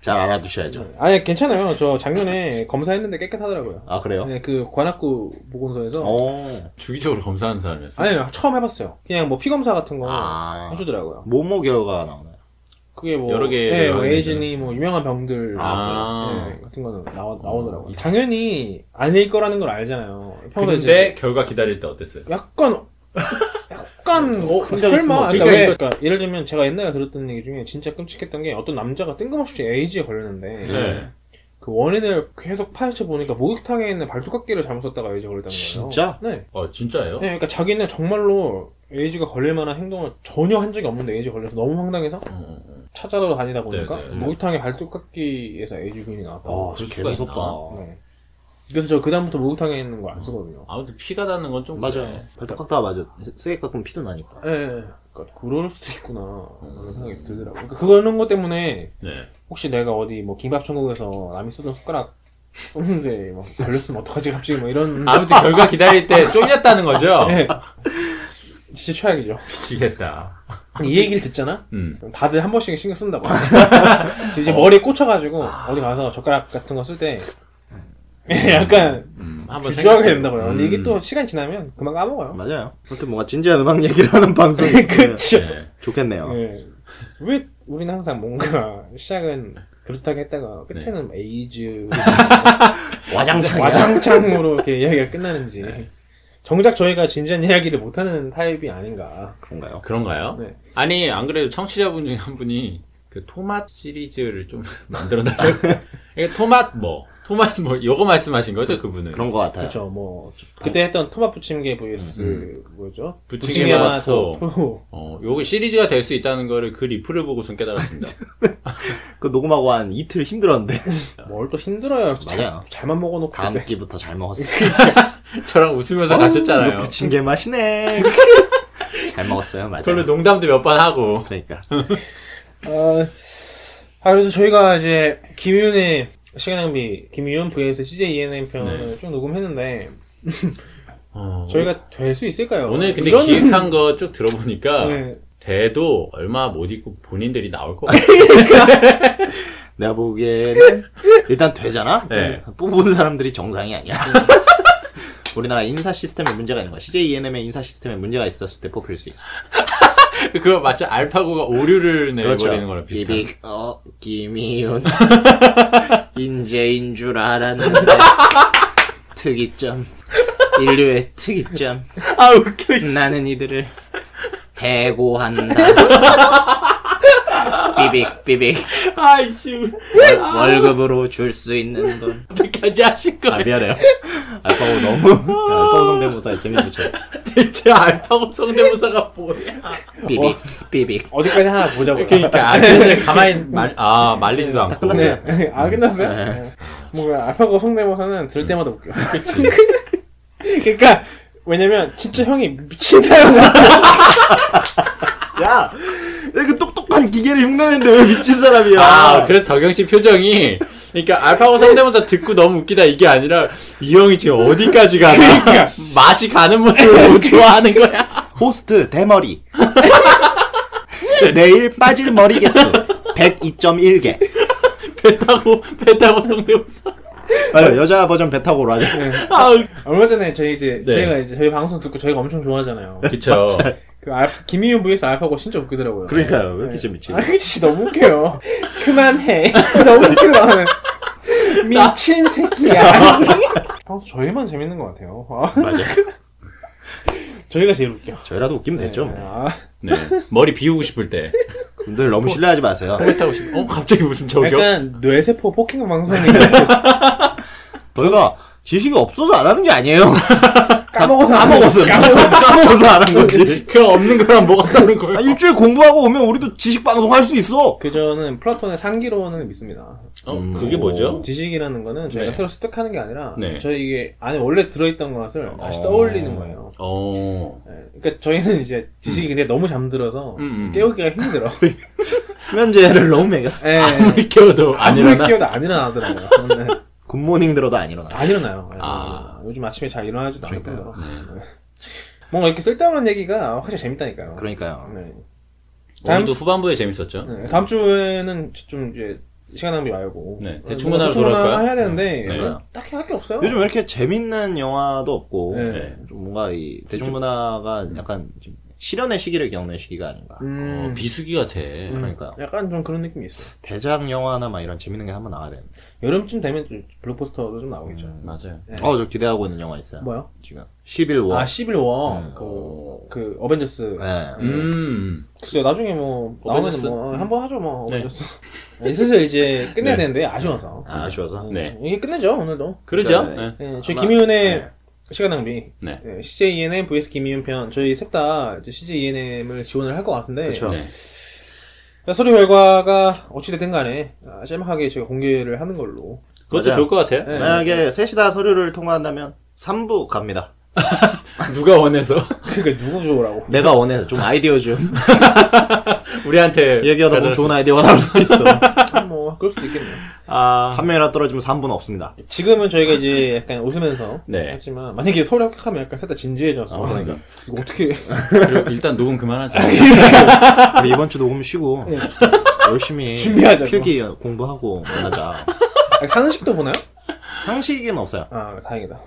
C: 잘 알아두셔야죠.
A: 아니 괜찮아요. 저 작년에 검사했는데 깨끗하더라고요.
C: 아,
B: 어?
C: 그래요? 어.
A: 네, 그 관악구 보건소에서
C: 오.
B: 주기적으로 검사하는 사람이었어.
A: 아니요 처음 해봤어요. 그냥 뭐 피검사 같은 거
C: 아.
A: 해주더라고요.
C: 뭐뭐 결과가 나오나요?
A: 그게 뭐
B: 여러 개를
A: 네, 뭐
B: 하는
A: 에이즈니 뭐 유명한 병들
B: 아.
A: 네, 같은 거는 나와 나오더라고요. 당연히 아닐 거라는 걸 알잖아요. 평소에
B: 근데
A: 이제
B: 결과 기다릴 때 어땠어요?
A: 약간 약간 어,
C: 혼자 있으면
A: 설마
C: 어떡해.
A: 그러니까, 왜, 그러니까 예를 들면 제가 옛날에 들었던 얘기 중에 진짜 끔찍했던 게 어떤 남자가 뜬금없이 에이즈에 걸렸는데
B: 네.
A: 그 원인을 계속 파헤쳐 보니까 목욕탕에 있는 발톱깎이를 잘못 썼다가 에이즈 걸렸다는 거예요.
C: 진짜?
A: 네. 네.
B: 어 진짜예요?
A: 그러니까 자기는 정말로 에이즈가 걸릴 만한 행동을 전혀 한 적이 없는데 에이즈 걸려서 너무 황당해서
B: 어, 어.
A: 찾아러 다니다 보니까
B: 네, 네.
A: 목욕탕에 발톱깎이에서 에이즈균이 나와서
C: 아,
B: 그럴
C: 개
B: 수가
C: 무섭다.
B: 있나?
A: 네. 그래서 저 그다음부터 목욕탕에 있는 거 안 쓰거든요.
B: 어. 아무튼 피가 나는 건 좀
C: 맞아요. 음. 발톱 깎다가 맞아. 세게 깎으면 피도 나니까.
A: 예, 예. 그러니까 그럴 수도 있구나
B: 음.
A: 그런 생각이 들더라고. 요 그러니까 그거는 것 때문에
B: 네.
A: 혹시 내가 어디 뭐 김밥 천국에서 남이 쓰던 숟가락 썼는데 막 걸렸으면 어떡하지 갑자기 뭐 이런
B: 아무튼 결과 기다릴 때 쫄렸다는 거죠?
A: 예. 진짜 최악이죠.
B: 미치겠다.
A: 이 얘기를 듣잖아.
B: 음.
A: 그럼 다들 한 번씩 신경 쓴다고. 그래서 이제 머리에 꽂혀가지고
B: 아.
A: 어디 가서 젓가락 같은 거 쓸 때 약간
B: 음, 한번
A: 주저하게
B: 생각해-
A: 된다고요. 근데 이게
B: 음.
A: 또 시간 지나면 금방 까먹어요.
C: 맞아요. 아무튼 뭔가 진지한 음악 얘기를 하는 방송이 있으면
A: 그쵸.
B: 네.
C: 좋겠네요.
A: 예. 왜 우리는 항상 뭔가 시작은 그렇다고 했다가 끝에는
B: 네.
A: 에이즈
C: 와장창.
A: 와장창으로 이렇게 이야기가 끝나는지
B: 네.
A: 정작 저희가 진지한 이야기를 못하는 타입이 아닌가.
C: 그런가요?
B: 그런가요?
A: 네.
B: 아니 안 그래도 청취자분 중에 한 분이 그 토맛 시리즈를 좀 만들어 달라고. 이게 토맛 뭐 토맛 뭐 요거 말씀하신 거죠 그분은?
C: 그런 것 같아요.
A: 그렇죠. 뭐 그때 했던 토마 부침개 vs 뭐죠?
B: 네. 음,
A: 부침개와
B: 부침개와 토.
A: 토.
B: 어 요거 시리즈가 될 수 있다는 거를 그 리플을 보고선 깨달았습니다.
C: 그 녹음하고 한 이틀 힘들었는데.
A: 뭐, 뭘 또 힘들어요.
C: 맞아요.
A: 잘, 잘만 먹어놓고
C: 다음
A: 그때.
C: 끼부터 잘 먹었어.
B: 저랑 웃으면서
C: 어, 이거
B: 가셨잖아요.
C: 부침개 맛이네. 잘 먹었어요, 맞아요.
B: 별로 농담도 몇 번 하고.
C: 그러니까.
A: 아, 아, 그래서 저희가 이제 김윤의 시간 낭비, 김윤 vs CJ ENM 편을 쭉 녹음했는데
B: 어,
A: 저희가 될 수 있을까요?
B: 오늘 근데
A: 이런-
B: 기획한 거 쭉 들어보니까
A: 네.
B: 돼도 얼마 못 입고 본인들이 나올 것 같아요.
C: 내가 보기에는 일단 되잖아?
B: 네.
C: 뽑은 사람들이 정상이 아니야. 우리나라 인사 시스템에 문제가 있는 거야. CJENM의 인사 시스템에 문제가 있었을 때 뽑힐 수 있어.
B: 그거 마치 알파고가 오류를
C: 그렇죠.
B: 내버리는 그렇죠. 거랑 비슷한.
C: 비빅, 어, 김이윤. 인재인 줄 알았는데. 특이점. 인류의 특이점.
B: 아 웃겨.
C: 나는 이들을 해고한다. 비빅, 비빅.
B: 아이씨.
C: 월급으로 줄 수 있는 돈.
B: 어떡하지 하실
C: 아,
B: 거예요?
C: 미안해요. 아, 알파고 너무, 아, 알파고 성대모사에 재미 붙였어.
B: 대체 알파고 성대모사가 뭐야?
C: 삐빅, 삐빅.
A: 어디까지 하나 보자고요.
B: 그러니까 아, 그래서 가만히 말, 아 말리지도 않고.
A: 네. 아 끝났어요?
C: 네.
A: 네. 뭔가 알파고 성대모사는 들 때마다 웃겨.
B: 네.
A: 그러니까 왜냐면 진짜 형이 미친 사람
C: 야! 그 똑똑한 기계를 흉내낸데 왜 미친 사람이야?
B: 아 그래서 덕영 씨 표정이 그러니까 알파고 성대모사 듣고 너무 웃기다 이게 아니라 이 형이 지금 어디까지 가나 맛이 가는 모습을 못 좋아하는 거야.
C: 호스트, 대머리. 내일 빠질 머리 개수. 102.1개.
B: 배 타고 배 타고 성대모사.
C: 맞아, 여자 버전 배 타고 오라.
B: 아 웃-
A: 네. 얼마 전에 저희 이제
B: 네.
A: 저희가 이제 저희 방송 듣고 저희가 엄청 좋아하잖아요.
B: 그쵸.
A: 그 알, 김희윤 vs 알파고 진짜 웃기더라고요.
C: 그러니까요, 왜 이렇게
A: 네.
C: 재밌지?
A: 아, 그치, 너무 웃겨요. 그만해. 너무 웃겨, 나는. 미친 새끼야. 평소 저희만 재밌는 것 같아요. 아,
C: 맞아.
A: 저희가 제일 웃겨.
C: 저희라도 웃기면 되죠. 뭐.
A: 아,
B: 네. 머리 비우고 싶을 때.
C: 분들 너무 신뢰하지 마세요.
B: 코에 타고 싶. 어 갑자기 무슨 저격?
A: 약간 뇌세포 폭행 방송이
C: 저희가 지식이 없어서 안 하는 게 아니에요.
A: 까먹어서 안
C: 까먹었어.
A: 하는 거지.
C: 까먹어서, 까먹어서 안 한 거지.
B: 그 없는 거랑 뭐가 다른
C: 아,
B: 거예요?
C: 일주일 공부하고 오면 우리도 지식 방송 할 수 있어.
A: 그 저는 플라톤의 상기론을 믿습니다.
B: 어
C: 음.
B: 그게 뭐죠?
A: 지식이라는 거는 저희가
B: 네.
A: 새로 습득하는 게 아니라
B: 네.
A: 저희 이게 안에 원래 들어있던 것을 다시
C: 어.
A: 떠올리는 거예요.
B: 어.
A: 네. 그러니까 저희는 이제 지식이 근데 너무 잠들어서
B: 음, 음.
A: 깨우기가 힘들어.
C: 수면제를 너무 먹였어.
A: 예.
B: 네. 아무리 깨워도 안
A: 아무리
B: 일어나.
A: 깨워도 안 일어나더라고요. 네.
C: 굿모닝 들어도 안 일어나.
A: 안 일어나요. 예,
B: 아.
A: 요즘 아침에 잘 일어나지도 않고요.
C: 그러니까요.
A: 네. 뭔가 이렇게 쓸데없는 얘기가 확실히 재밌다니까요.
C: 그러니까요.
A: 네. 다음-
B: 오늘도 후반부에 재밌었죠.
A: 네, 다음 주에는 좀 이제 시간 낭비 말고
B: 네,
A: 어,
B: 대충
A: 뭐
B: 하나
A: 대충
B: 돌아올까요?
A: 해야 되는데
B: 네.
A: 뭐 딱히 할 게 없어요.
C: 요즘 왜 이렇게 재밌는 영화도 없고
A: 네.
B: 네.
C: 좀 뭔가 이 대중문화가 약간 좀 실현의 시기를 겪는 시기가 아닌가.
A: 음,
B: 어, 비수기 같아.
A: 음,
C: 그러니까요.
A: 약간 좀 그런 느낌이 있어.
C: 대작 영화나 막 이런 재밌는 게 한번 나와야 되는데.
A: 여름쯤 되면 좀 블록버스터도 좀 나오겠죠.
B: 맞아요.
A: 네.
C: 어, 저 기대하고 있는 영화 있어요.
A: 뭐요?
C: 지금 11월.
A: 아 11월
B: 네.
C: 음.
A: 그, 그 어벤져스.
C: 네.
B: 음.
A: 글쎄요 나중에 뭐 나오면
B: 아. 어벤져스?
A: 뭐 한번 하죠 뭐
B: 네.
A: 어벤져스. 네. 슬슬 이제 끝내야
B: 네.
A: 되는데 아쉬워서.
C: 아, 아쉬워서.
B: 네.
A: 이게 끝내죠 오늘도.
B: 그러죠.
C: 네.
B: 네.
A: 네, 저희
C: 아마-
A: 김희훈의
C: 네.
A: 시간 낭비.
B: 네.
A: 네, CJ ENM vs 김희훈 편 저희 셋 다 CJ ENM을 지원을 할 것 같은데.
C: 그쵸.
B: 네.
A: 자, 서류 결과가 어찌됐든 간에 아, 짤막하게 제가 공개를 하는 걸로
B: 그것도
C: 맞아요.
B: 좋을 것 같아요.
A: 네.
C: 만약에 셋이 다 서류를 통과한다면 3부 갑니다.
B: 누가 원해서
A: 그러니까 누구 좋으라고
C: 내가 원해. 좀 아이디어 좀.
B: 우리한테
C: 얘기하다 보면
B: 가져다
C: 좋은 아이디어가 나올 수도 있어.
A: 뭐 그럴 수도 있겠네요
B: 아.
C: 한 명이라도 떨어지면 3부는 없습니다.
A: 지금은 저희가 이제 약간 웃으면서
B: 네.
A: 하지만 만약에 서류 합격하면 약간 셋 다 진지해져서
C: 어, 그러니까.
A: 이거 어떻게
B: 그리고 일단 녹음 그만하자.
C: 우리 이번 주 녹음 쉬고
A: 네.
C: 열심히
A: 준비하자고.
C: 필기 공부하고 만나자.
A: 아, 상식도 보나요?
C: 상식은 없어요.
A: 아 다행이다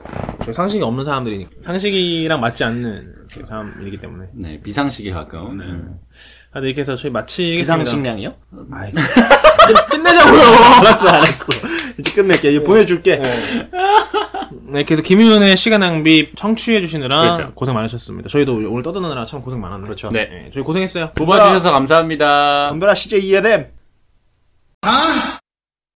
A: 저희 상식이 없는 사람들이니까 상식이랑 맞지 않는 그 사람이기 때문에
B: 네, 비상식에 가까운. 음.
A: 하여튼 이렇게 해서 저희 마치겠습니다
C: 비상식량이요?
A: 아이,
C: 끝내자고요. 알았어, 알았어. 이제 끝낼게.
A: 예.
C: 이제 보내줄게.
A: 네. 네, 계속 김윤의 시간 낭비 청취해 주시느라
B: 그렇죠.
A: 고생 많으셨습니다. 저희도 오늘 떠드느라 참 고생 많았네요.
C: 그렇죠.
B: 네.
A: 네, 저희 고생했어요.
B: 뽑아주셔서 감사합니다.
C: 안보라 CJ 이해됨.